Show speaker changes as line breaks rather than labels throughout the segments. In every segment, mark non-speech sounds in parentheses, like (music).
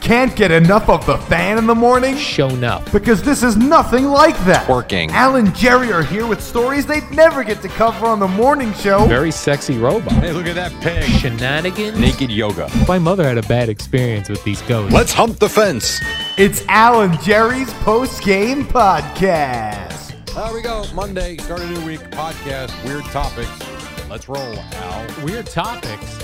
Can't get enough of the fan in the morning?
shown up.
Because this is nothing like that.
Working.
Al and Jerry are here with stories they'd never get to cover on the morning show.
Very sexy robot.
Hey, look at that pig.
Shenanigans.
Naked yoga.
My mother had a bad experience with these ghosts.
Let's hump the fence.
It's Al and Jerry's post game podcast.
There we go. Monday, start a new week. Podcast, weird topics. Let's roll, Al.
Weird topics.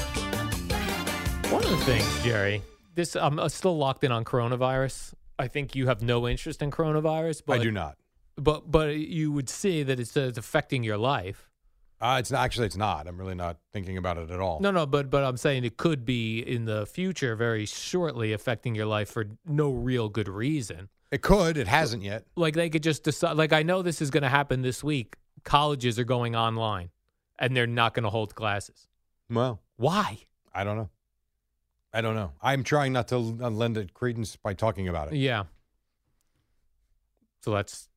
One of the things, Jerry. This I'm uh, still locked in on coronavirus. I think you have no interest in coronavirus, but
I do not.
But but you would see that it's, uh, it's affecting your life.
Uh, it's not, actually it's not. I'm really not thinking about it at all.
No, no, but but I'm saying it could be in the future, very shortly, affecting your life for no real good reason.
It could. It hasn't yet.
like they could just decide like i know this is going to happen this week colleges are going online and they're not going to hold classes
Well,
why
I don't know. I don't know. I'm trying not to l- uh, lend it credence by talking
(laughs)
about it.
yeah so that's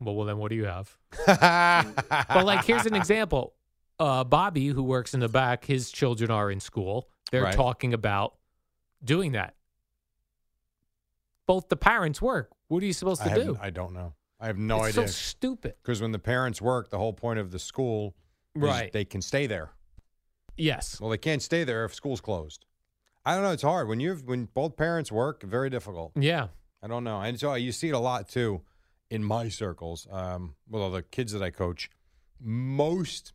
well, well then what do you have
(laughs)
but like here's an example uh, bobby who works in the back his children are in school they're
Right.
talking about doing that both the parents work what are you supposed
I,
to do
haven't- I don't know. I have no
it's so
idea.
stupid
Because when the parents work, the whole point of the school is
Right.
they can stay there.
yes
Well, they can't stay there if school's closed. I don't know. It's hard when you have when both parents work. Very difficult.
yeah
I don't know, and so you see it a lot too in my circles. Um, well, the kids that I coach, most,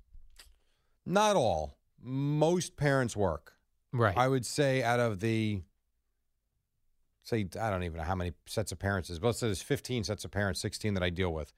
not all, most parents work.
right
I would say out of the, say I don't even know how many sets of parents is, but let's say there's 15 sets of parents, 16 that I deal with,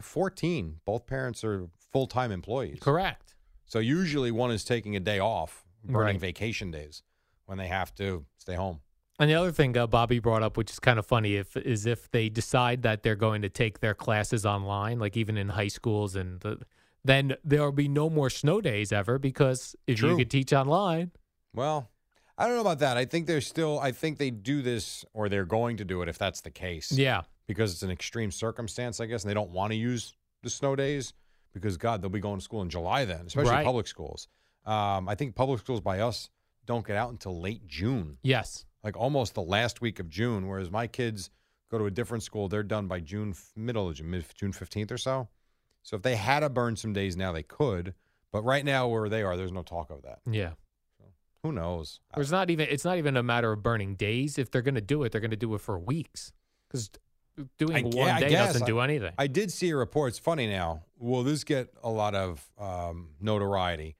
14 both parents are full time employees.
correct
So usually one is taking a day off, burning
Right.
vacation days when they have to stay home.
And the other thing uh, Bobby brought up, which is kind of funny, if is if they decide that they're going to take their classes online, like even in high schools, and the, then there will be no more snow days ever because if you
True.
could teach online,
Well, I don't know about that. I think they're still. I think they do this, or they're going to do it, if that's the case.
yeah,
Because it's an extreme circumstance, I guess, and they don't want to use the snow days because God, they'll be going to school in July then, especially
Right.
public schools. Um, I think public schools by us don't get out until late June,
yes,
like almost the last week of June. Whereas my kids go to a different school; they're done by June f- middle of June, mid, June fifteenth or so. So if they had to burn some days now, they could. But right now, where they are, there's no talk of that.
yeah.
Who knows?
Or it's not even it's not even a matter of burning days. If they're going to do it, they're going to do it for weeks because doing
I
one
gue- I
day
guess.
doesn't do anything.
I did see a report. It's funny now. Will this get a lot of um, notoriety?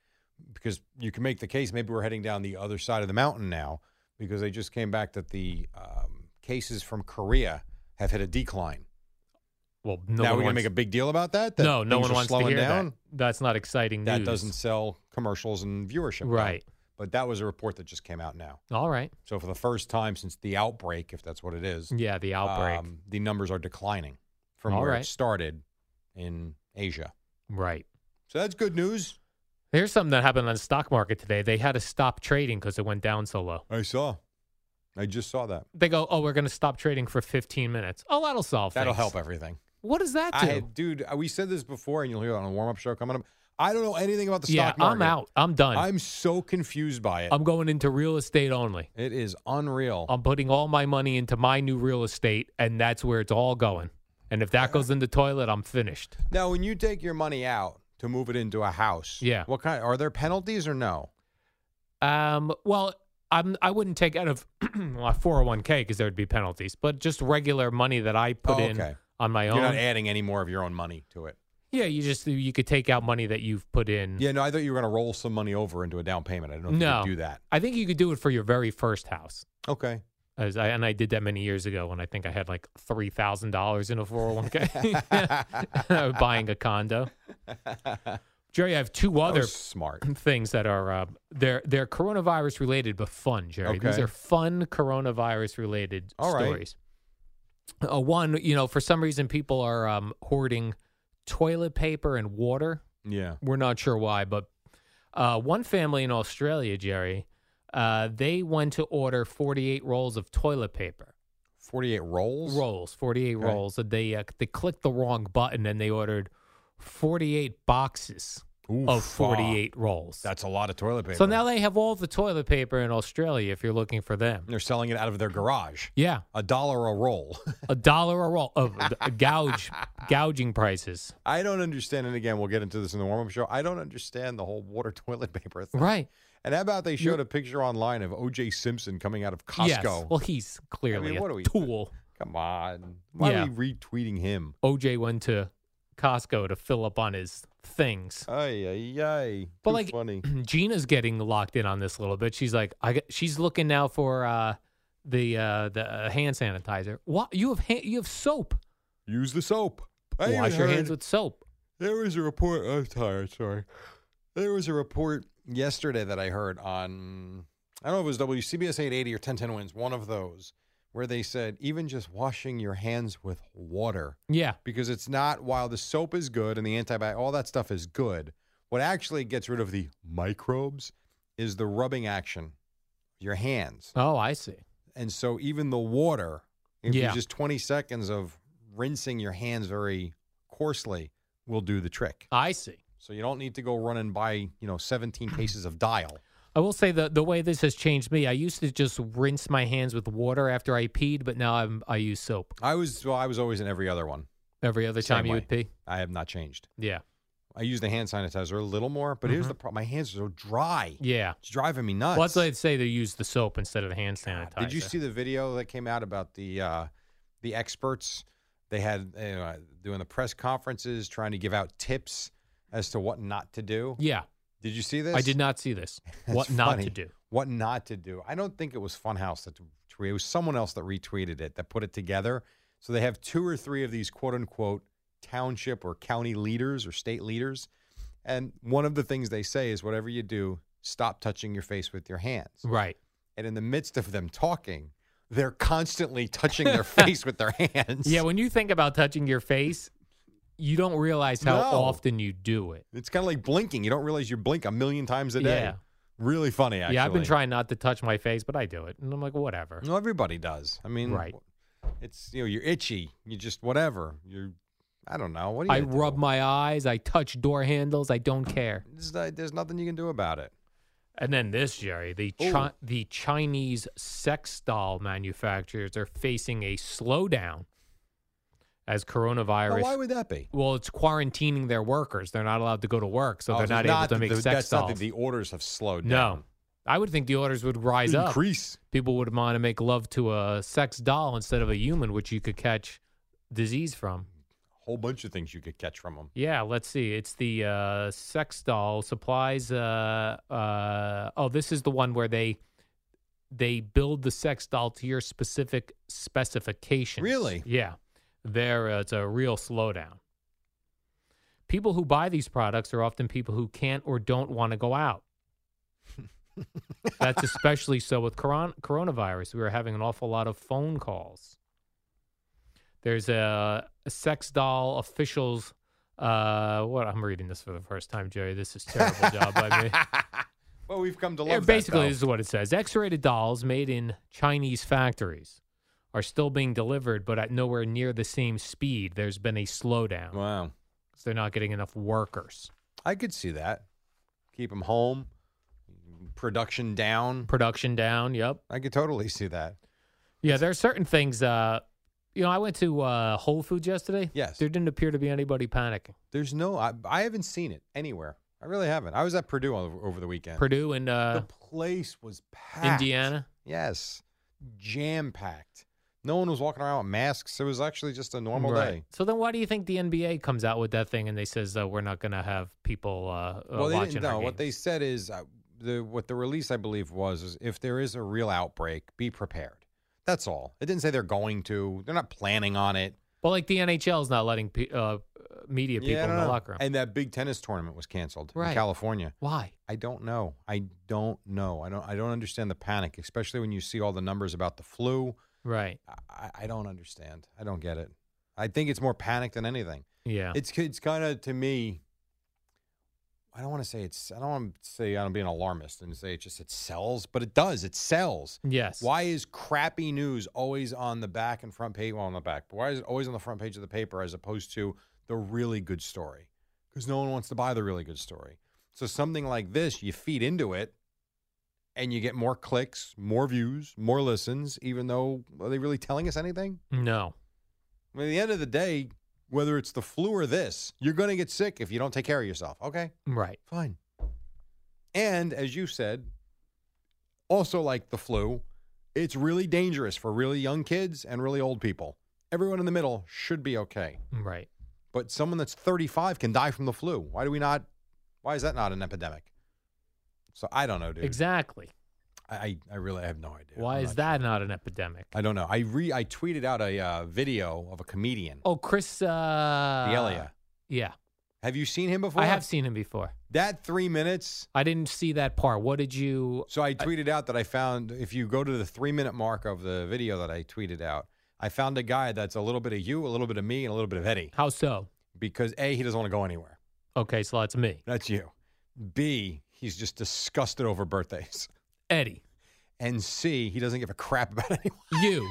Because you can make the case maybe we're heading down the other side of the mountain now because they just came back that the um, cases from Korea have hit a decline.
well, no one
now we're going to
wants,
make a big deal about that? that
no, no
things
one
are
wants to
slowing
hear
down?
that. That's not exciting
That
news.
doesn't sell commercials and viewership. now.
right.
But that was a report that just came out now.
All right,
So for the first time since the outbreak, if that's what it is,
yeah, the outbreak,
um, the numbers are declining from
All
where
right.
it started in Asia.
right.
So that's good news.
Here's something that happened on the stock market today. They had to stop trading because it went down so low.
I saw. I just saw that.
They go, "Oh, we're going to stop trading for 15 minutes." Oh, that'll solve.
That'll
things.
help everything.
What does that do?
I, dude, uh, we said this before, and you'll hear it on a warm up show coming up. I don't know anything about the
yeah,
stock market.
I'm out. Um, I'm done. I'm,
I'm so confused by it.
going into real estate only.
it is unreal.
I'm putting all my money into my new real estate, and that's where it's all going. And if that goes in the toilet, I'm finished.
now, when you take your money out to move it into a house,
Yeah.
what kind? Are there penalties or no?
Um, well, I'm. I wouldn't take out of (clears throat) my 401k because there would be penalties, but just regular money that I put
Oh,
in
okay.
on my
You're
own.
not adding any more of your own money to it.
Yeah, you just you could take out money that you've put in.
Yeah, no, I thought you were going to roll some money over into a down payment. I don't know if
Mm. No.
you could do that.
I think you could do it for your very first house.
Okay.
As I, and I did that many years ago when I think I had like three thousand dollars in a four hundred one k (laughs) buying a condo. Jerry, I have two
That
other
was smart.
things that are uh, they're they're coronavirus related but fun, Jerry. These
Okay.
are fun coronavirus related
All right.
stories. Uh, one, you know, for some reason people are um, hoarding toilet paper and water.
Yeah.
We're not sure why, but uh, one family in Australia, Jerry, uh, they went to order 48 rolls of toilet paper.
48 rolls?
Rolls, 48
Okay.
rolls. And they uh, they clicked the wrong button and they ordered 48 boxes
Oof,
of 48 rolls.
That's a lot of toilet paper.
Oh, so now they have all the toilet paper in Australia if you're looking for them.
they're selling it out of their garage.
Yeah,
A dollar a roll. (laughs)
a dollar a roll of gouge gouging prices.
I don't understand. And again, we'll get into this in the warm up show. I don't understand the whole water (laughs) toilet paper thing.
Right.
And how about they showed a picture online of O.J. Simpson coming out of Costco?
Yes. Well, he's clearly
what
a
do we-
tool.
Come on. Why
Yeah.
are we retweeting him?
OJ went to Costco to fill up on his things.
Ay, ay, ay.
But
Too
like (clears throat)
funny.
Gina's getting locked in on this a little bit. She's like, I got, she's looking now for uh, the uh, the uh, hand sanitizer. What you have hand, you have soap.
Use the soap.
Wash
I even
your
heard-
hands with soap.
There was a report. I'm tired. Sorry. There was a report yesterday that I heard on. I don't know if it was WCBS 880 or 1010 wins, one of those, where they said even just washing your hands with water,
Yeah,
because it's not while the soap is good and the antibiotic, all that stuff is good. What actually gets rid of the microbes is the rubbing action of your hands.
Oh, I see.
And so even the water, if
Yeah.
you just 20 seconds of rinsing your hands very coarsely will do the trick.
I see.
So you don't need to go run and buy, you
(clears throat)
know, 17 cases of dial.
I will say the the way this has changed me. I used to just rinse my hands with water after I peed, but now I'm I use soap
I was well, I was always in every other one.
every other
Same
time you
way.
would pee.
I have not changed.
Yeah,
I use the hand sanitizer a little more, but here's the problem. My hands are so dry.
Mm-hmm. yeah.
It's driving me nuts.
Well, that's why I'd say they use the soap instead of the hand sanitizer.
Did you see the video that came out about the uh, the experts? They had uh, doing the press conferences, trying to give out tips as to what not to do.
Yeah,
Did you see this?
I did not see this.
(laughs) That's
what not
funny.
to do?
What not to do. I don't think it was Funhouse that tweeted. It was someone else that retweeted it that put it together. So they have two or three of these quote unquote township or county leaders or state leaders, and one of the things they say is whatever you do, stop touching your face with your hands.
Right.
And in the midst of them talking, they're
(laughs)
constantly touching their face with their hands.
Yeah, when you think about touching your face, you don't realize how
No.
often you do it.
it's kind of like blinking. You don't realize you blink a million times a day.
Yeah.
Really funny. Actually,
Yeah, I've been trying not to touch my face, but I do it. And I'm like, whatever.
No, everybody does. I mean,
Right.
It's you know you're itchy. You just whatever. You're I don't know. What do
I
you?
rub my eyes, I touch door handles, I don't care.
There's, no- there's nothing you can do about it.
And then this, Jerry, the
Ooh.
chi- the Chinese sex doll manufacturers are facing a slowdown as
Now,
coronavirus.
why would that be?
well, it's quarantining their workers. They're not allowed to go to work, so
Oh,
they're
it's
not able to
that
make
the,
sex
That's not
dolls.
that the orders have slowed
no.
down.
I would think the orders would rise up.
increase.
people would want to make love to a sex doll instead of a human, which you could catch disease from.
A whole bunch of things you could catch from them.
Yeah, let's see. It's the uh, sex doll supplies. Uh, uh, oh, this is the one where they they build the sex doll to your specific specifications.
Really?
Yeah. There, uh, it's a real slowdown. People who buy these products are often people who can't or don't want to go out. That's especially so with coron- coronavirus. We were having an awful lot of phone calls. There's a, a sex doll officials. Uh, what I'm reading this for the first time, Jerry. This is
(laughs)
terrible job by me.
Well, we've come to
Yeah,
love. that,
basically,
though.
this is what it says: X-rated dolls made in Chinese factories are still being delivered, but at nowhere near the same speed. There's been a slowdown.
wow.
So they're not getting enough workers.
I could see that. Keep them home. Production down.
Production down. Yep.
I could totally see that.
Yeah, there are certain things. Uh, you know, I went to uh, Whole Foods yesterday.
Yes.
There didn't appear to be anybody panicking.
There's no. I, I haven't seen it anywhere. I really haven't. I was at Purdue over, over the weekend.
Purdue and uh,
the place was packed.
Indiana.
Yes. Jam packed. No one was walking around with masks. It was actually just a normal
Right.
day.
So then, why do you think the NBA comes out with that thing and they says uh, we're not going to have people uh, uh,
well, they
watching
didn't
our
know. What they
games?
said is uh, the what the release I believe was is if there is a real outbreak, be prepared. That's all. It didn't say they're going to. They're not planning on it.
Well, like the NHL is not letting pe- uh, media people
Yeah, I
in
don't
the
know.
locker room.
And that big tennis tournament was canceled
Right.
in California.
why?
I don't know. I don't know. I don't. I don't understand the panic, especially when you see all the numbers about the flu.
Right.
I- I, I don't understand. I don't get it. I think it's more panic than anything.
Yeah.
It's it's kind of to me. I don't want to say it's. I don't want to say I don't be an alarmist and say it just it sells, but it does. It sells.
yes.
Why is crappy news always on the back and front page? Well, on the back, but why is it always on the front page of the paper as opposed to the really good story? Because no one wants to buy the really good story. So something like this, you feed into it, and you get more clicks, more views, more listens. Even though are they really telling us anything?
No.
I mean, at the end of the day, whether it's the flu or this, you're going to get sick if you don't take care of yourself. Okay,
Right.
fine. And as you said, also like the flu, it's really dangerous for really young kids and really old people. Everyone in the middle should be okay.
Right.
But someone that's 35 can die from the flu. Why do we not? Why is that not an epidemic? So I don't know, dude.
Exactly.
I, I I really have no idea.
why
I'm
is
not
that not an epidemic?
sure. I don't know. I re I tweeted out a uh, video of a comedian,
oh, Chris. Uh,
D'Elia.
Yeah.
Have you seen him before?
I have seen him before.
that three minutes.
I didn't see that part. What did you?
So I tweeted out that I found if you go to the three minute mark of the video that I tweeted out, I found a guy that's a little bit of you, a little bit of me, and a little bit of Eddie
How so?
because A, he doesn't want to go anywhere.
Okay, so that's me,
That's you. B, he's just disgusted over birthdays.
Eddie.
And C, he doesn't give a crap (laughs) about anyone.
You.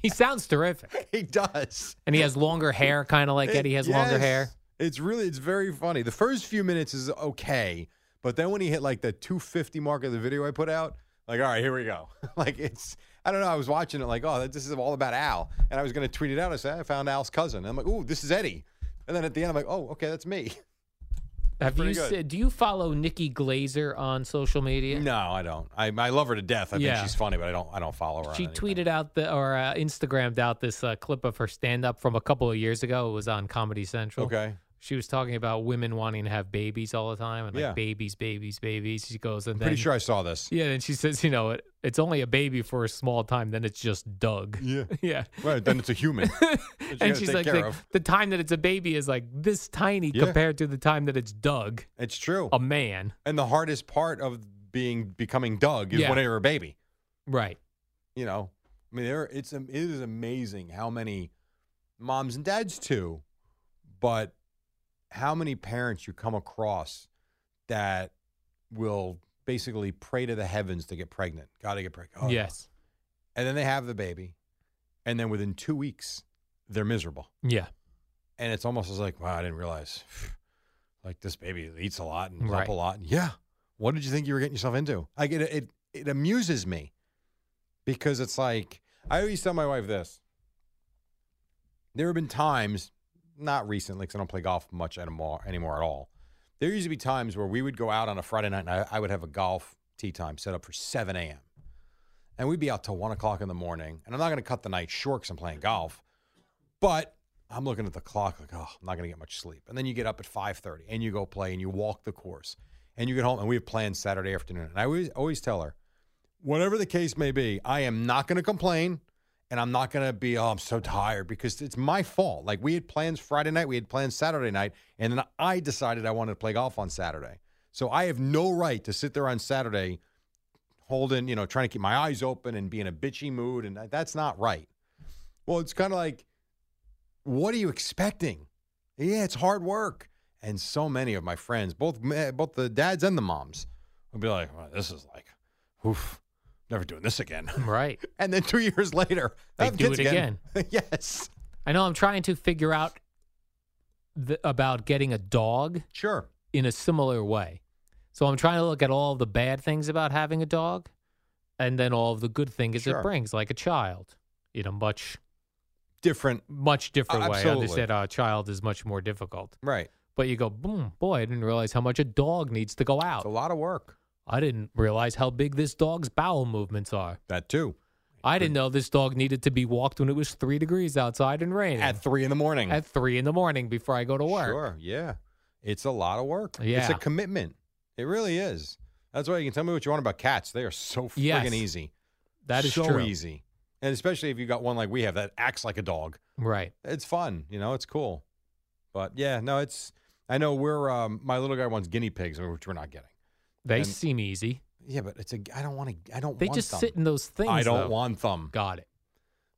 he sounds terrific,
He does.
and he has longer hair, kind of like
It-
Eddie has longer
yes.
hair.
It's really, it's very funny. The first few minutes is okay, but then when he hit like the 250 mark of the video I put out, like, all right, here we go. (laughs) like it's, I don't know. I was watching it like, oh, that- this is all about Al, and I was going to tweet it out. I said I found Al's cousin. And I'm like, ooh, this is Eddie. And then at the end, I'm like, oh, okay, that's me.
Have you
pretty good.
said? Do you follow Nikki Glazer on social media?
No, I don't. I, I love her to death. I
Yeah.
think she's funny, but I don't. I don't follow her. on
She
anything.
tweeted out the or uh, Instagrammed out this uh, clip of her stand up from a couple of years ago. It was on Comedy Central.
Okay.
She was talking about women wanting to have babies all the time and like
Yeah.
babies, babies, babies. She goes and
I'm
then
pretty sure I saw this.
yeah, and she says, you know, it, it's only a baby for a small time. Then it's just Doug.
Yeah.
(laughs) Yeah.
Right. Then it's
(laughs)
a human. that you gotta
and she's
take
like,
care
like,
of.
the time that it's a baby is like this tiny
Yeah.
compared to the time that it's Doug,
it's true.
a man.
And the hardest part of being becoming Doug is
Yeah.
when you're a baby.
Right.
You know, I mean, there it's it is amazing how many moms and dads too, but how many parents you come across that will basically pray to the heavens to get pregnant. Got to get pregnant. Oh, no.
yes.
And then they have the baby, and then within two weeks they're miserable.
Yeah.
And it's almost as like, wow, I didn't realize. (sighs) Like this baby eats a lot and is
Right.
up a lot. Yeah. What did you think you were getting yourself into? Like it, it, it amuses me because it's like I always tell my wife this. There have been times, not recently, because I don't play golf much anymore, anymore at all. There used to be times where we would go out on a Friday night and I, I would have a golf tee time set up for 7 a.m. And we'd be out till 1 o'clock in the morning. And I'm not going to cut the night short because I'm playing golf. But I'm looking at the clock like, oh, I'm not going to get much sleep. And then you get up at 5:30 and you go play and you walk the course and you get home and we have plans Saturday afternoon. And I always always tell her, whatever the case may be, I am not going to complain and I'm not going to be, oh, I'm so tired because it's my fault. Like we had plans Friday night, we had plans Saturday night, and then I decided I wanted to play golf on Saturday. So I have no right to sit there on Saturday holding, you know, trying to keep my eyes open and be in a bitchy mood and that's not right. Well, it's kind of like what are you expecting? Yeah, it's hard work. And so many of my friends, both ma- both the dads and the moms, would be like, well, "This is like, oof, never doing this again."
Right.
And then two (laughs) years later,
They
have
do
kids
it
(laughs) yes,
I know I'm trying to figure out the, about getting a dog
sure.
in a similar way. So I'm trying to look at all the bad things about having a dog and then all of the good things
Sure.
it brings, like a child in a much,
Different,
much different
Uh,
way. I
absolutely.
understand a child is much more difficult.
right?
But you go, boom, boy, I didn't realize how much a dog needs to go
It's a
out.
lot of work.
I didn't realize how big this dog's bowel movements are.
That too.
I didn't know this dog needed to be walked when it was three degrees outside and raining
at three in the morning.
at three in the morning before I go to work.
Sure, yeah. It's a lot of work. It's a
Yeah.
commitment. It really is. That's why you can tell me what you want about cats. They are so friggin'
Yes.
easy.
That is
so
true.
easy. And especially if you got one like we have that acts like a dog.
Right.
It's fun, you know, it's cool. But yeah, no, it's I know we're um, my little guy wants guinea pigs, which we're not getting.
They
And-
seem easy.
Yeah, but it's a I don't want to I don't
They
want
just
them.
sit in those things.
I don't
though.
want them.
Got it.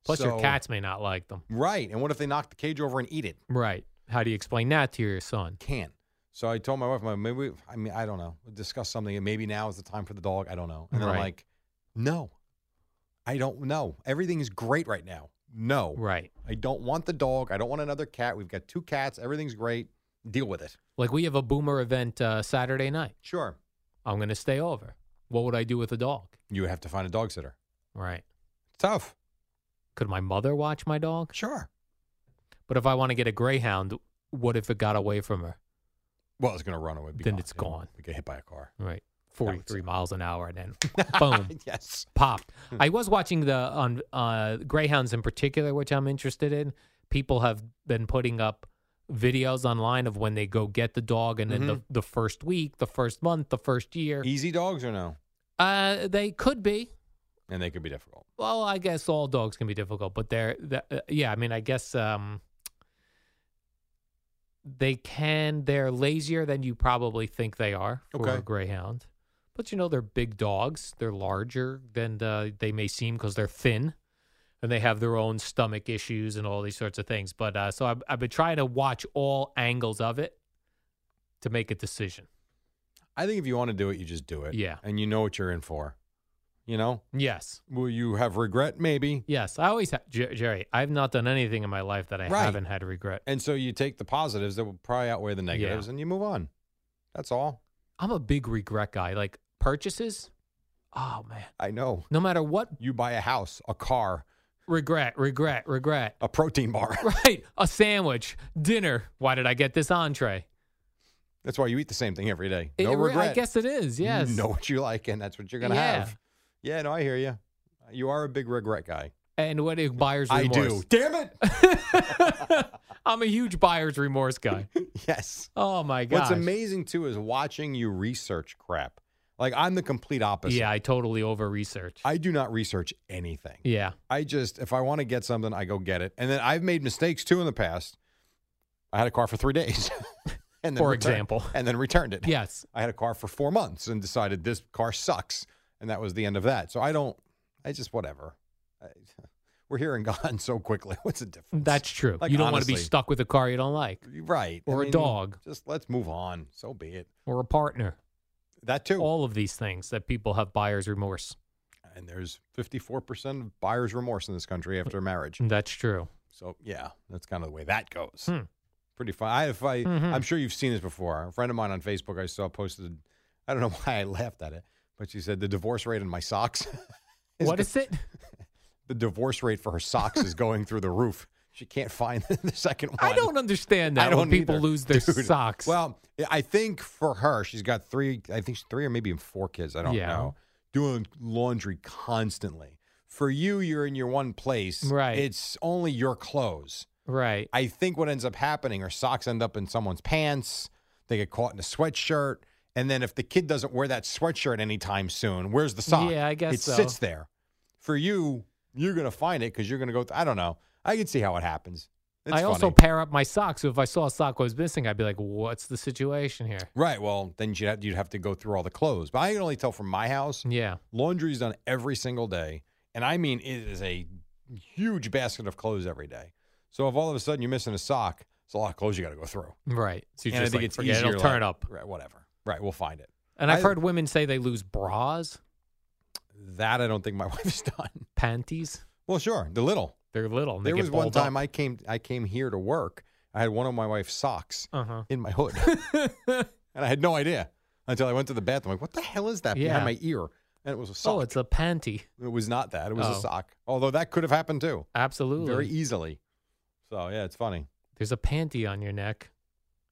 Plus, your
So-
cats may not like them.
Right. And what if they knock the cage over and eat it?
Right. How do you explain that to your son?
Can't. So I told my wife, I'm like, maybe, we- I mean, I don't know. We'll discuss something. And maybe now is the time for the dog. I don't know. And then I'm
Right.
like, no, I don't know. Everything is great right now. No.
Right.
I don't want the dog. I don't want another cat. We've got two cats. Everything's great. Deal with it.
Like we have a boomer event uh, Saturday night.
Sure.
I'm going to stay over. What would I do with a dog?
You have to find a dog sitter.
Right.
Tough.
Could my mother watch my dog?
Sure.
But if I want to get a greyhound, what if it got away from her?
Well, it's going to run away. be
Then it's
You know,
gone.
We get hit by a car.
Right.
would
43 miles an hour and then
(laughs)
boom,
yes.
popped. I was watching the on uh, greyhounds in particular, which I'm interested in. People have been putting up videos online of when they go get the dog and then the, the first week, the first month, the first year.
Easy dogs or no?
Uh, they could be.
And they could be difficult.
Well, I guess all dogs can be difficult, but they're, th- uh, yeah, I mean, I guess um, they can, they're lazier than you probably think they are for
Okay.
a greyhound. But you know, they're big dogs, they're larger than uh, they may seem because they're thin and they have their own stomach issues and all these sorts of things. But uh, so I've, I've been trying to watch all angles of it to make a decision.
I think if you want to do it, you just do it.
Yeah.
And you know what you're in for. You know?
Yes.
Will you have regret? Maybe.
Yes. I always, ha- Jer- Jerry, I've not done anything in my life that I
Right.
haven't had regret.
And so you take the positives that will probably outweigh the negatives and you move on. That's all.
I'm a big regret guy. Like purchases, oh man,
I know.
no matter what,
You buy a house, a car,
regret, regret, regret. (laughs)
a protein bar. (laughs)
Right, a sandwich, dinner. Why did I get this entree?
That's why you eat the same thing every day.
It-
No
it re-
regret.
I guess it is. Yes.
You know what you like, and that's what you're going to
Yeah.
have. Yeah, no, I hear you. You are a big regret guy.
And what is buyer's
I
remorse?
do. Damn it.
(laughs)
(laughs)
I'm a huge buyer's remorse guy.
yes.
Oh my god.
What's amazing too is watching you research crap. Like I'm the complete opposite.
Yeah, I totally over research.
I do not research anything.
Yeah.
I just if I want to get something, I go get it. And then I've made mistakes too in the past. I had a car for three days, (laughs) and then
For
return-
example.
and then returned it.
Yes.
I had a car for four months and decided this car sucks, and that was the end of that. So I don't. I just whatever. I, (laughs) we're (laughs) here and gone so quickly. What's the difference?
That's true.
Like,
you don't want to be
honestly.
stuck with a car you don't like
right.
Or a dog.
Just let's move on. So be it.
or a partner.
That too.
All of these things that people have buyer's remorse.
and there's 54% of buyer's remorse in this country after marriage.
That's true.
So yeah, that's kind of the way that goes.
Hmm.
Pretty fun. I, if I,
Mhm.
I'm sure you've seen this before. A friend of mine on Facebook I saw posted. I don't know (laughs) why I laughed at it, but she said the divorce rate in my socks. (laughs) is
What
go-
is it?
the divorce rate for her socks is going through the roof. She can't find (laughs) the second one.
I don't understand that
I don't
when people
either,
lose their
dude.
socks.
Well, I think for her, she's got three. I think she's three or maybe even four kids. I don't
Yeah.
know. Doing laundry constantly. For you, you're in your one place.
Right.
It's only your clothes.
right.
I think what ends up happening are socks end up in someone's pants. They get caught in a sweatshirt. And then if the kid doesn't wear that sweatshirt anytime soon, where's the sock?
Yeah, I guess
it
so.
sits there. For you, you're going to find it because you're going to go. Th- I don't know. I can see how it happens. It's
I also
funny.
pair up my socks. So if I saw a sock was missing, I'd be like, "What's the situation here?"
right. Well, then you'd have, you'd have to go through all the clothes. But I can only tell from my house.
Yeah.
Laundry's done every single day. And I mean, it is a huge basket of clothes every day. So if all of a sudden you're missing a sock, it's a lot of clothes you got to go through.
Right. So you
And
just like, forget it,
easier,
it'll turn
like,
up.
Right, whatever. Right, we'll find it.
And I've
I-
heard women say they lose bras,
That I don't think my (laughs) wife's done.
panties.
Well, sure, the little.
They're little. And
there
they
was one time I came I came here to work. I had one of my wife's socks
Uh huh.
in my
(laughs)
hood, and I had no idea until I went to the bathroom. Like, what the hell is that
Yeah.
behind my ear? And it was a sock.
Oh, it's a panty.
it was not that. It was a
Oh.
sock. Although that could have happened too,
Absolutely.
very easily. So yeah, it's funny.
There's a panty on your neck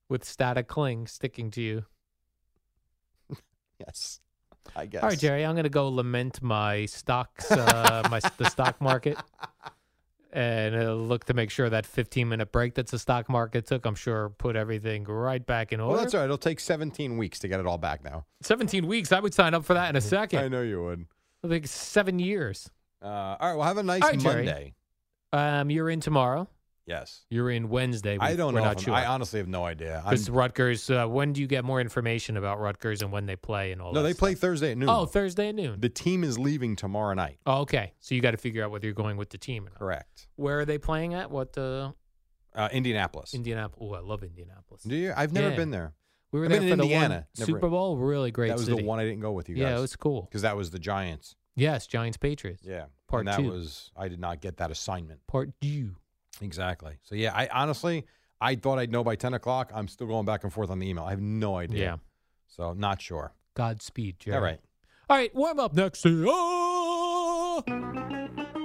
with static cling sticking to you.
Yes. I guess.
All right, Jerry, I'm going to go lament my stocks, uh, my the stock market, and uh, look to make sure that 15 minute break that the stock market took, I'm sure, put everything right back in order.
Well, that's all right. It'll take 17 weeks to get it all back now.
17 weeks. I would sign up for that in a second.
I know you would.
I think seven years.
Uh, all right. Well, have a nice
All right, Jerry.
Monday.
Um, you're in tomorrow.
Yes.
You're in Wednesday. We-
I don't
we're
know.
Not
if I'm-
sure.
I honestly have no idea. I'm-
Because Rutgers, uh, when do you get more information about Rutgers and when they play and all
no,
that?
they
stuff?
play Thursday at noon.
Oh, Thursday at noon.
the team is leaving tomorrow night.
oh, okay. So you got to figure out whether you're going with the team or not.
Correct.
Where are they playing at? What uh,
Uh, Indianapolis.
Indianapolis? Oh, I love Indianapolis.
Do you? I've never
Yeah.
been there.
We were
I've
there
been
for
in
the
Indiana.
one
Never-
Super Bowl. Really great.
that was
city.
the one I didn't go with you guys.
Yeah, it was cool.
because that was the Giants.
Yes, Giants Patriots.
Yeah.
Part
and that
two.
was I did not get that assignment.
Part two.
Exactly. So yeah, I honestly I thought I'd know by ten o'clock. I'm still going back and forth on the email. I have no idea.
Yeah.
So not sure.
Godspeed, Jerry.
All right.
All right. Warm up next. To you.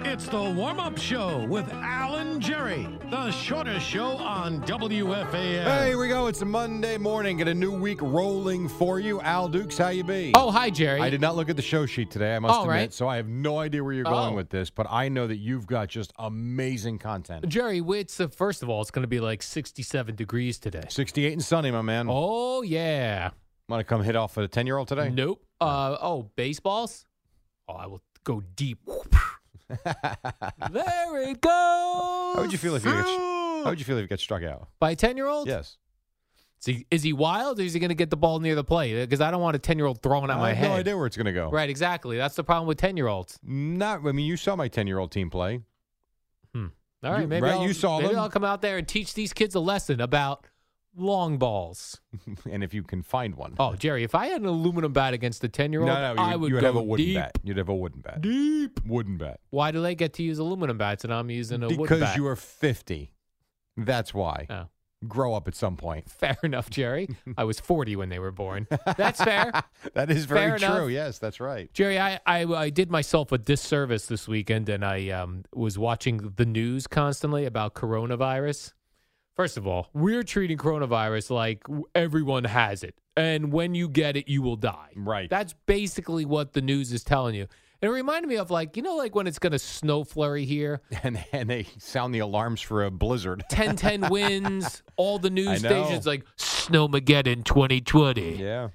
It's the warm up show with Alan Jerry, the shortest show on WFAN.
Hey, here we go. It's a Monday morning. Get a new week rolling for you. Al Dukes, how you be?
Oh, hi, Jerry.
I did not look at the show sheet today, I must
All
admit.
right.
So I have no idea where you're going
Oh.
with this, but I know that you've got just amazing content.
Jerry, it's uh, first of all, it's going to be like 67 degrees today.
68 and sunny, my man.
Oh yeah.
Want to come hit off a 10 year old today?
Nope. Uh oh, baseballs. Oh, I will go
(laughs)
deep. there it goes.
How would you feel if you got, how would you feel if you got struck out?
by a ten year old?
Yes.
Is he, is he wild? or Is he going to get the ball near the play? Because I don't want a ten year old throwing at
I
my
have
head.
no idea where it's going to go.
Right. Exactly. That's the problem with ten year olds.
Not. I mean, you saw my ten-year-old team play.
All right.
You-
maybe
right,
I'll,
you saw
maybe
them.
I'll come out there and teach these kids a lesson about long balls.
and if you can find one,
Oh, Jerry, if I had an aluminum bat against a ten year
no,
old,
no, you,
I would
you would
go
have a wooden
deep.
bat. You'd have a wooden bat.
Deep.
Wooden bat.
Why do they get to use aluminum bats and I'm using a wooden
because
bat?
you are fifty. That's why.
Oh.
Grow up at some point.
(laughs)
(laughs)
Fair enough, Jerry. I was 40 when they were born. That's fair.
(laughs) That is very
Fair
true.
enough.
Yes, that's right.
Jerry, I, I, I did myself a disservice this weekend and I um, was watching the news constantly about coronavirus. First of all, we're treating coronavirus like w- everyone has it. And when you get it, you will die.
Right.
That's basically what the news is telling you. And it reminded me of like, you know, like when it's going to snow flurry here, (laughs)
And and they sound the alarms for a blizzard.
10
(laughs)
10 wins, all the news
know.
stations like Snowmageddon 2020. (laughs)
yeah,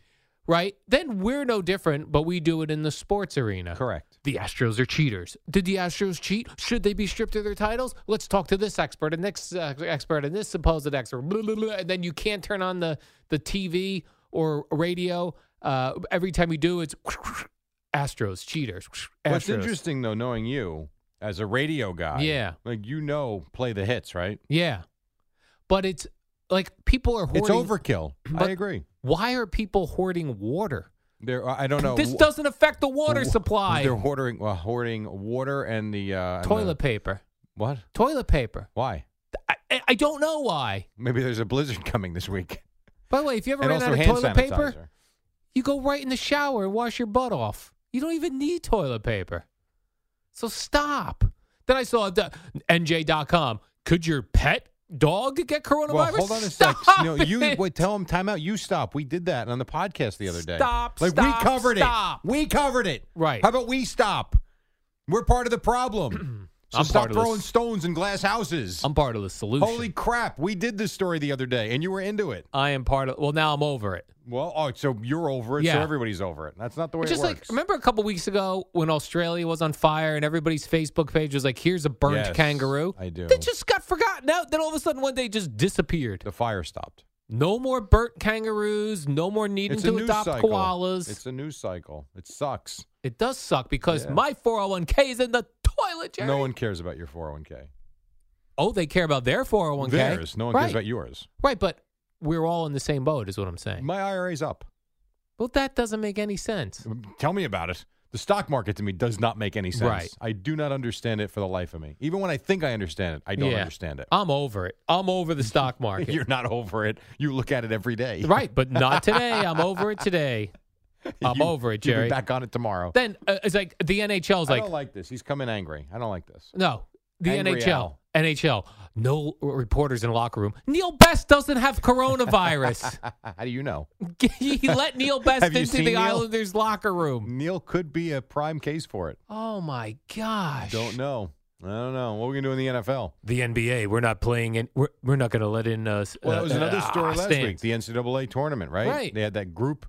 right? Then we're no different, but we do it in the sports arena.
correct.
The Astros are cheaters. Did the Astros cheat? Should they be stripped of their titles? Let's talk to this expert and next uh, expert and this supposed expert. Blah, blah, blah. And then you can't turn on the, the TV or radio. Uh, every time you do, it's Astros cheaters.
What's
Astros.
interesting though, knowing you as a radio guy,
Yeah.
like you know, play the hits, right?
Yeah, but it's like people are hoarding. (clears throat)
It's overkill.
But-
I agree.
Why are people hoarding water?
There, I don't know.
This
wh-
doesn't affect the water
wh-
supply.
They're hoarding, uh, hoarding water and the uh, and the-
Toilet paper.
What?
Toilet paper.
Why?
I, I- I don't know why.
Maybe there's a blizzard (laughs) coming this week.
By the way, if you ever
and
ran
also
out of
hand
toilet
sanitizer.
paper, you go right in the shower and wash your butt off. You don't even need toilet paper. So stop. Then I saw the NJ.com. Could your pet dog get coronavirus?
Well, hold on a
stop
sec. No, you
it.
would tell him timeout. You stop. We did that on the podcast the other day.
Stop,
Like
stop,
we covered
stop.
it. We covered it.
Right.
How about we stop? We're part of
(clears throat)
the problem. so
I'm
stop
part of the
throwing
s-
stones in glass houses.
I'm part of the solution.
Holy crap! We did this story the other day, and you were into it.
I am part of. Well, now I'm over it.
Well, oh, so you're over it. So
Yeah.
everybody's over it. That's not the way
Just
it
like
works.
remember a couple weeks ago when Australia was on fire and everybody's Facebook page was like, "Here's a burnt
Yes,
kangaroo."
I do.
That just got forgotten out. Then all of a sudden one day it just disappeared.
the fire stopped.
No more burnt kangaroos. No more needing
It's a
to
news
adopt
cycle.
koalas.
It's a news cycle. It sucks.
it does suck because
Yeah.
my 401k is in the toilet, Jerry.
No one cares about your 401k.
oh, they care about their 401k.
Theirs. No one
right.
cares about yours.
Right, but we're all in the same boat, is what I'm saying.
My IRA's up.
well, that doesn't make any sense.
Tell me about it. The stock market to me does not make any sense.
Right.
I do not understand it for the life of me. Even when I think I understand it, I don't
Yeah. Oh,
understand (laughs) it.
I'm over it. I'm over the
(laughs)
stock market.
You're not over it. You look at it every day.
right, but not today. I'm over it
(laughs)
today. I'm
You-
over it,
you'll be
Jerry.
back on it tomorrow.
Then uh, it's like the NHL's
I
like,
don't like this. He's coming angry. I don't like this.
no, the
Angry
NHL.
Al.
NHL, no reporters in locker room. Neil Best doesn't have coronavirus. (laughs)
(laughs) How do you know?
he let Neil Best
Have you
into the
seen Neil?
Islanders locker room.
Neil could be a prime case for it.
Oh my gosh.
Don't know. I don't know. What are we going to do in the NFL?
The NBA, we're not playing in we're, we're not going to let in uh,
Well, that was
uh,
another story
ah,
last week.
stands.
The NCAA tournament, right?
Right.
They had that group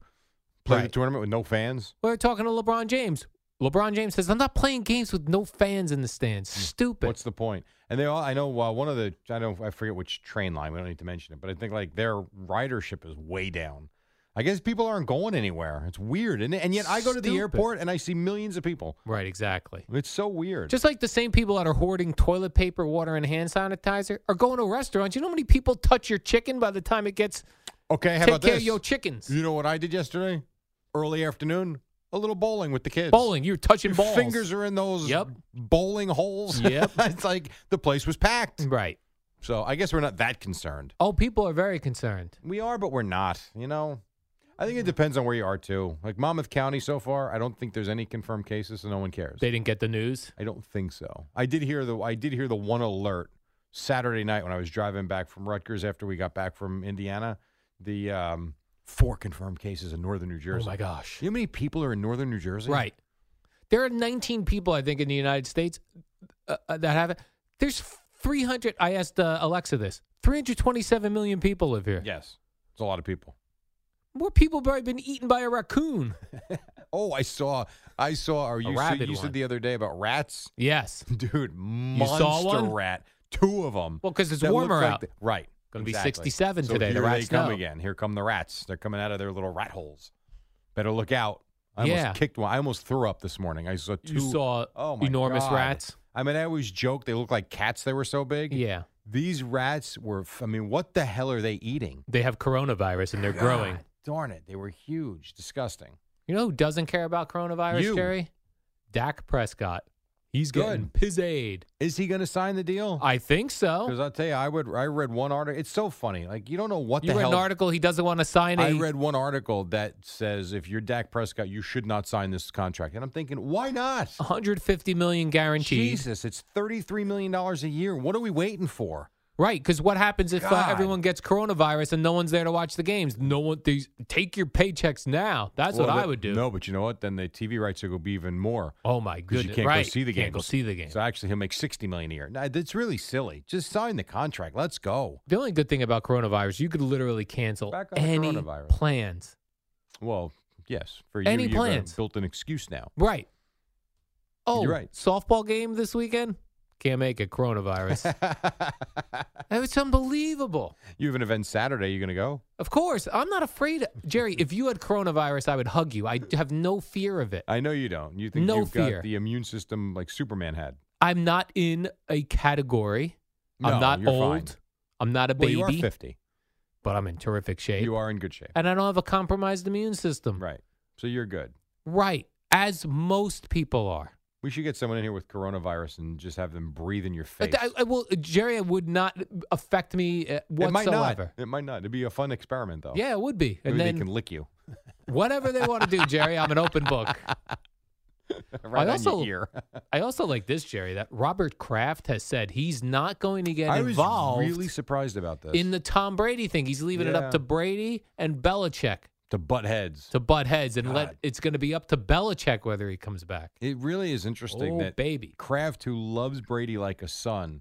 play the
Right.
tournament with no fans.
We're talking to LeBron James. LeBron James says, "I'm not playing games with no fans in the stands. Stupid."
Hmm. What's the point? And they all, I know uh, one of the, I don't, I forget which train line. We don't need to mention it, but I think like their ridership is way down. I guess people aren't going anywhere. It's weird, and and yet I go to the
Stupid.
airport and I see millions of people.
right, exactly.
It's so weird.
Just like the same people that are hoarding toilet paper, water, and hand sanitizer are going to restaurants. You know how many people touch your chicken by the time it gets
okay, how
take
about
care
this?
of your chickens?
you know what I did yesterday? Early afternoon, a little bowling with the kids.
Bowling, you're touching
Your
balls.
fingers are in those
Yep.
bowling holes. (laughs)
Yep.
it's like the place was packed.
right.
So I guess we're not that concerned.
Oh, people are very concerned.
We are, but we're not. You know, I
Mm-hmm.
think it depends on where you are too. Like Monmouth County, so far, I don't think there's any confirmed cases, so no one cares.
They didn't get the news.
I don't think so. I did hear the I did hear the one alert Saturday night when I was driving back from Rutgers after we got back from Indiana. The um, four confirmed cases in northern New Jersey.
Oh my gosh.
You know how many people are in northern New Jersey?
Right. There are 19 people, I think, in the United States uh, uh, that have it. There's 300. I asked uh, Alexa this. 327 million people live here.
Yes, it's a lot of people.
More people have probably been eaten by a raccoon.
Oh, I saw. I saw. Or you, said,
rabid
you said
one.
the other day about rats, (laughs)
Yes.
dude. Monster
saw one?
rat. Two of them.
Well, because it's
that look
warmer
like
out.
the- right.
Gonna be
exactly.
67
So
today, the
Here
rats
they come
know.
again. Here come the rats. They're coming out of their little rat holes. Better look out. I almost
Yeah.
kicked one. I almost threw up this morning. I saw two.
You saw
oh my
enormous
God.
rats.
I mean, I always joke they look like cats. They were so big.
Yeah.
These rats were. f- I mean, what the hell are they eating?
They have coronavirus and they're growing.
Oh God darn it! They were huge. Disgusting.
You know who doesn't care about coronavirus,
You.
Jerry? Dak Prescott. He's getting
Good. Oh.
his aid.
Is he going to sign the deal?
I think
Because
so.
I'll tell you, I would. I read one article. It's so funny. Like you don't know what
You
the
read
hell.
an article he doesn't want to sign a
I read one article that says if you're Dak Prescott, you should not sign this contract. And I'm thinking, why not?
150 million guaranteed.
Jesus, it's $33 million a year. What are we waiting for?
Right, because what happens if uh,
God.
everyone gets coronavirus and no one's there to watch the games? No one. These, take your paychecks now. That's
Well,
what I
the-
would do.
No, but you know what? Then the TV rights will be even more.
Oh my
Because
goodness!
you can't
right.
go see the game.
Can't go see the game.
So actually, he'll make sixty million a year. Nah, That's really silly. Just sign the contract. Let's go.
the only good thing about coronavirus, you could literally cancel
Back on the
any
coronavirus.
plans.
Well, yes. For you,
Any
you've got a
plans?
built-in excuse now.
Right. Oh,
right.
Softball game this weekend. Can't make it. Coronavirus. that was unbelievable.
(laughs) you have an event Saturday. You going to go?
Of course, I'm not afraid, Jerry. If you had coronavirus, I would hug you. I have no fear of it.
I know you don't. You think
No
you've
fear.
got the immune system like Superman had.
I'm not in a category.
No,
I'm not
you're
old.
fine.
I'm not a
Well,
baby.
you are fifty.
but I'm in terrific shape. Um,
You are in good shape.
And I don't have a compromised immune system.
Right. So you're good.
Right. As most people are.
We should get someone in here with coronavirus and just have them breathe in your face.
But I, I will, Jerry, it would not affect me uh,
it might not.
whatsoever.
It might not. It'd be a fun experiment, though.
Yeah, it would be.
Maybe
And
they
then
can lick you. (laughs)
whatever they want to do, Jerry, I'm an open book.
right
I
on your
also-
ear.
I also like this, Jerry, that Robert Kraft has said he's not going to get
I was
involved
really surprised about this.
in the Tom Brady thing. He's leaving it
Yeah.
up to Brady and Belichick
to butt heads.
to butt heads, and let
God.
it's going to be up to Belichick whether he comes back.
It really is interesting
Oh,
that
baby.
Kraft, who loves Brady like a son,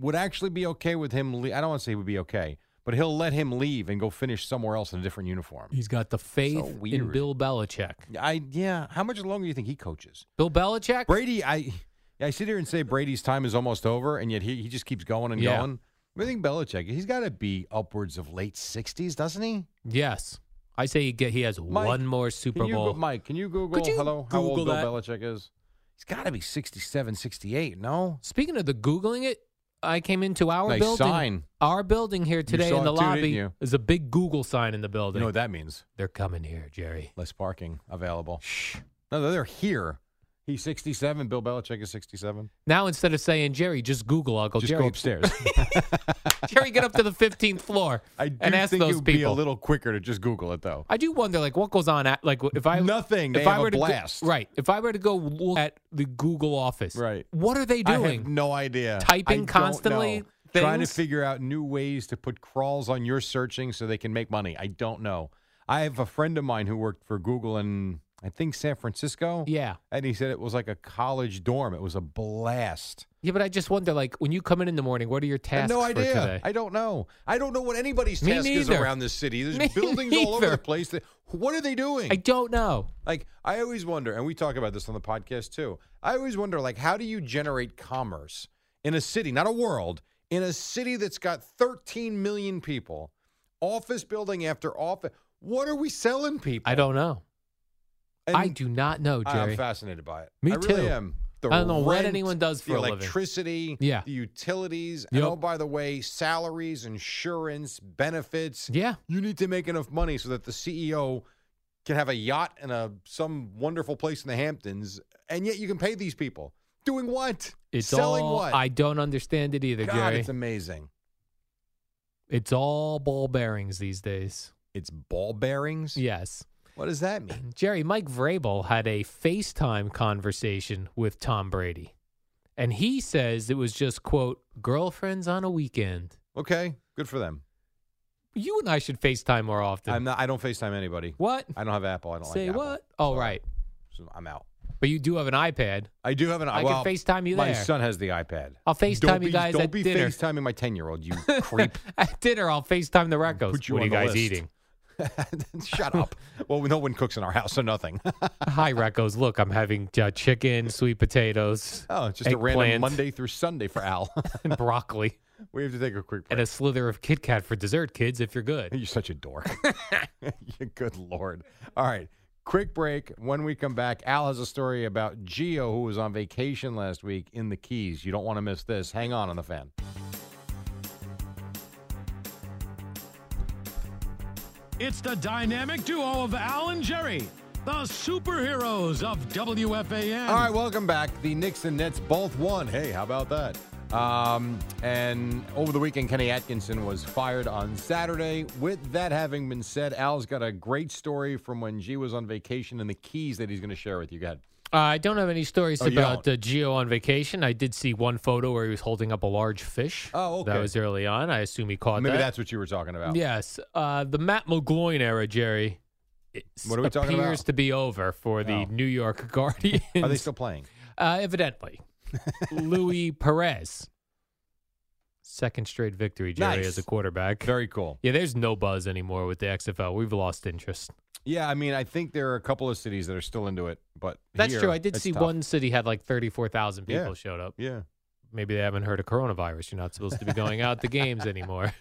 would actually be okay with him. Le- I don't want to say he would be okay, but he'll let him leave and go finish somewhere else in a different uniform.
He's got the faith in
weird.
Bill Belichick.
I yeah. How much longer do you think he coaches?
Bill Belichick?
Brady, I I sit here and say Brady's time is almost over, and yet he, he just keeps going and
Yeah.
going. I think Belichick, he's got to be upwards of late sixties, doesn't he?
Yes. I say he, get, he has
Mike,
one more Super
Can you, go-
Bowl.
Mike, can you Google
you
hello how old
Google
Bill
that?
Belichick is? He's got to be 67, 68, no?
Speaking of the Googling it, I came into our
Nice
building.
sign.
Our building here today
saw
in the
it too, didn't
lobby
you?
is a big Google sign in the
You
building.
know what that means?
They're coming here, Jerry.
Less parking available. Shh. No, they're here. He's 67. Bill Belichick is 67.
Now instead of saying Jerry, just Google Uncle
Just
Jerry.
go upstairs.
(laughs) Jerry, get up to the 15th floor
I do
(laughs) and ask
think
those
it would
people.
be a little quicker to just Google it, though.
I do wonder, like, what goes on at like if I
Nothing.
If
They
I
have a
were to go-
blast.
right, if I were to go look at the Google office,
Right.
What are they
I have
doing?
no idea.
Typing
I don't
constantly
know. Trying to
things?
figure out new ways to put crawls on your searching so they can make money. I don't know. I have a friend of mine who worked for Google in I think San Francisco.
yeah,
And he said it was like a college dorm. It was a blast.
yeah, but I just wonder, like, when you come in in the morning, what are your
I have
tasks
no
for today?
idea. I don't know. I don't know what anybody's
Me
task is
neither.
around this city.
(laughs)
There's
Me
buildings all over
neither.
the place. That, what are they doing?
I don't know.
Like I always wonder, and we talk about this on the podcast too. I always wonder, like, how do you generate commerce in a city, not a world, in a city that's got 13 million people, office building after office? What are we selling people?
I don't know.
And
I do not know, Jerry.
I'm fascinated by it.
Me
I really
too.
am. The
I don't know what
rent,
anyone does for
the
a living.
electricity,
Yeah.
the utilities,
Yep.
and oh by the way, salaries, insurance, benefits.
yeah,
You need to make enough money so that the CEO can have a yacht and a some wonderful place in the Hamptons, and yet you can pay these people doing what?
it's
Selling
all.
what?
I don't understand it either,
God,
Jerry.
it's amazing.
it's all ball bearings these days.
It's ball bearings.
Yes.
What does
(clears throat)
that mean?
Jerry, Mike Vrabel had a FaceTime conversation with Tom Brady. And he says it was just, quote, girlfriends on a weekend.
Okay, good for them.
You and I should FaceTime more often.
I'm not. I don't Facetime anybody.
what?
I don't have Apple. I don't
Say
like Apple,
what? Oh,
so
right.
so I'm out.
But you do have an iPad. (laughs)
I do have an.
I can
well,
FaceTime you
My
there.
son has the iPad.
I'll FaceTime
Don't
you
be-
guys
Don't
at
be
dinner.
FaceTiming my
(laughs)
ten-year-old. You creep.
at dinner, I'll FaceTime the Recos.
Put you
what
on
are you
the
guys
list.
eating?
(laughs) Shut up. Well, no one cooks in our house, so nothing. (laughs)
Hi, Recos. Look, I'm having uh, chicken, sweet potatoes,
Oh, it's just a
Eggplant.
random Monday through Sunday for Al.
(laughs)
(laughs)
and broccoli,
we have to take a quick break.
and a slither of Kit Kat for dessert, kids, if you're good.
You're such
(laughs)
a dork. (laughs) You- Good lord. All right. Quick break. When we come back, Al has a story about Gio, who was on vacation last week in the Keys. You don't want to miss this. Hang on on the fan.
It's the dynamic duo of Al and Jerry, the superheroes of WFAN.
All right, welcome back. The Knicks and Nets both won. Hey, how about that? Um, and over the weekend, Kenny Atkinson was fired on Saturday. With that having been said, Al's got a great story from when G was on vacation in the Keys that he's going to share with you. Go ahead.
Uh, I don't have any stories
Oh, you
about
don't?
uh, Geo on vacation. I did see one photo where he was holding up a large fish.
Oh, okay.
That was early on. I assume he caught
Maybe
that.
that's what you were talking about.
Yes, uh, the Matt McGloin era, Jerry. it
What are we talking
appears
about?
to be over for the
Oh.
New York Guardians.
(laughs) Are they still playing?
uh,
(laughs)
evidently, Louis Perez, second straight victory, Jerry,
Nice.
as a quarterback.
Very cool.
yeah, there's no buzz anymore with the XFL. We've lost interest.
Yeah, I mean, I think there are a couple of cities that are still into it, but
That's
here,
true. I did
it's
see
tough.
one city had like 34,000 people
Yeah.
showed up.
Yeah, (laughs)
maybe they haven't heard of coronavirus. You're not supposed to be going out to games
(laughs)
anymore.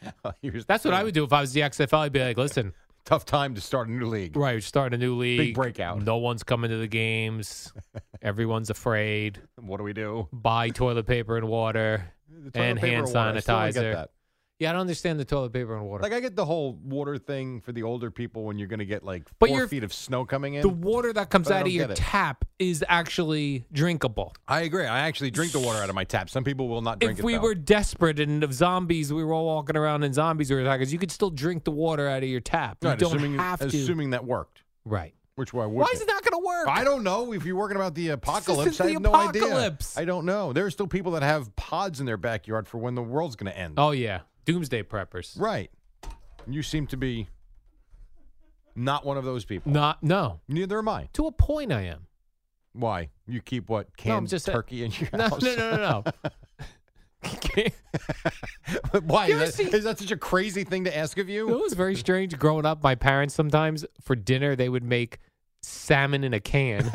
Here's the
That's what I
thing.
would do if I was the XFL. I'd be like, listen,
Tough time to start a new league.
right, we're starting a new league.
breakout.
No one's coming to the games.
(laughs)
Everyone's afraid.
What do we do?
Buy toilet paper and water.
The toilet
And
paper
hand
or water? I still don't get
sanitizer.
that.
Yeah, I don't understand the toilet paper and water.
Like I get the whole water thing for the older people when you're going to get like
But
four
you're-
feet of snow coming in.
the water that comes
But I
out of
don't
your
get it.
tap is actually drinkable.
I agree. I actually drink the water out of my tap. Some people will not drink
if
it.
we
though.
were desperate and if zombies, we were all walking around and zombies were attacking us, you could still drink the water out of your tap. You
Right,
don't
assuming,
have to.
assuming that worked,
right.
which why would
Why is it not going to work?
I don't know if you're working about the apocalypse.
is the
I have no
apocalypse.
idea. I don't know. There are still people that have pods in their backyard for when the world's going to end.
Oh, yeah. Doomsday preppers.
Right. You seem to be not one of those people.
Not no.
Neither am I.
To a point, I
(laughs)
am.
Why? You keep what
No, I'm
canned
just-
turkey in your
No, no,
house?
no, no,
(laughs)
no. (laughs)
Why
You ever
is
see-
that, is that such a crazy thing to ask of
it
you?
was very strange growing up. My parents sometimes for dinner they would make salmon in a
(laughs)
can.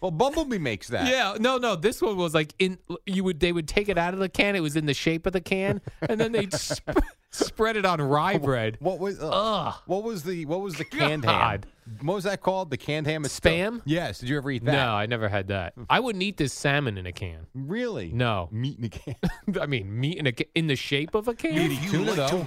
Well, Bumblebee makes that.
yeah, no, no. This one was like in you would they would take it out of the can. It was in the shape of the can, and then they'd sp- (laughs) spread it on rye bread.
What was ugh.
Ugh.
what was the
(laughs)
what was the canned
God.
ham? What was that called? The canned ham is still-
Spam?
yes. Did you ever eat that?
No, I never had that. I wouldn't eat this salmon in a can.
Really?
No,
Meat in a can.
I mean meat in a ca- in the shape of a can.
Tuna, though.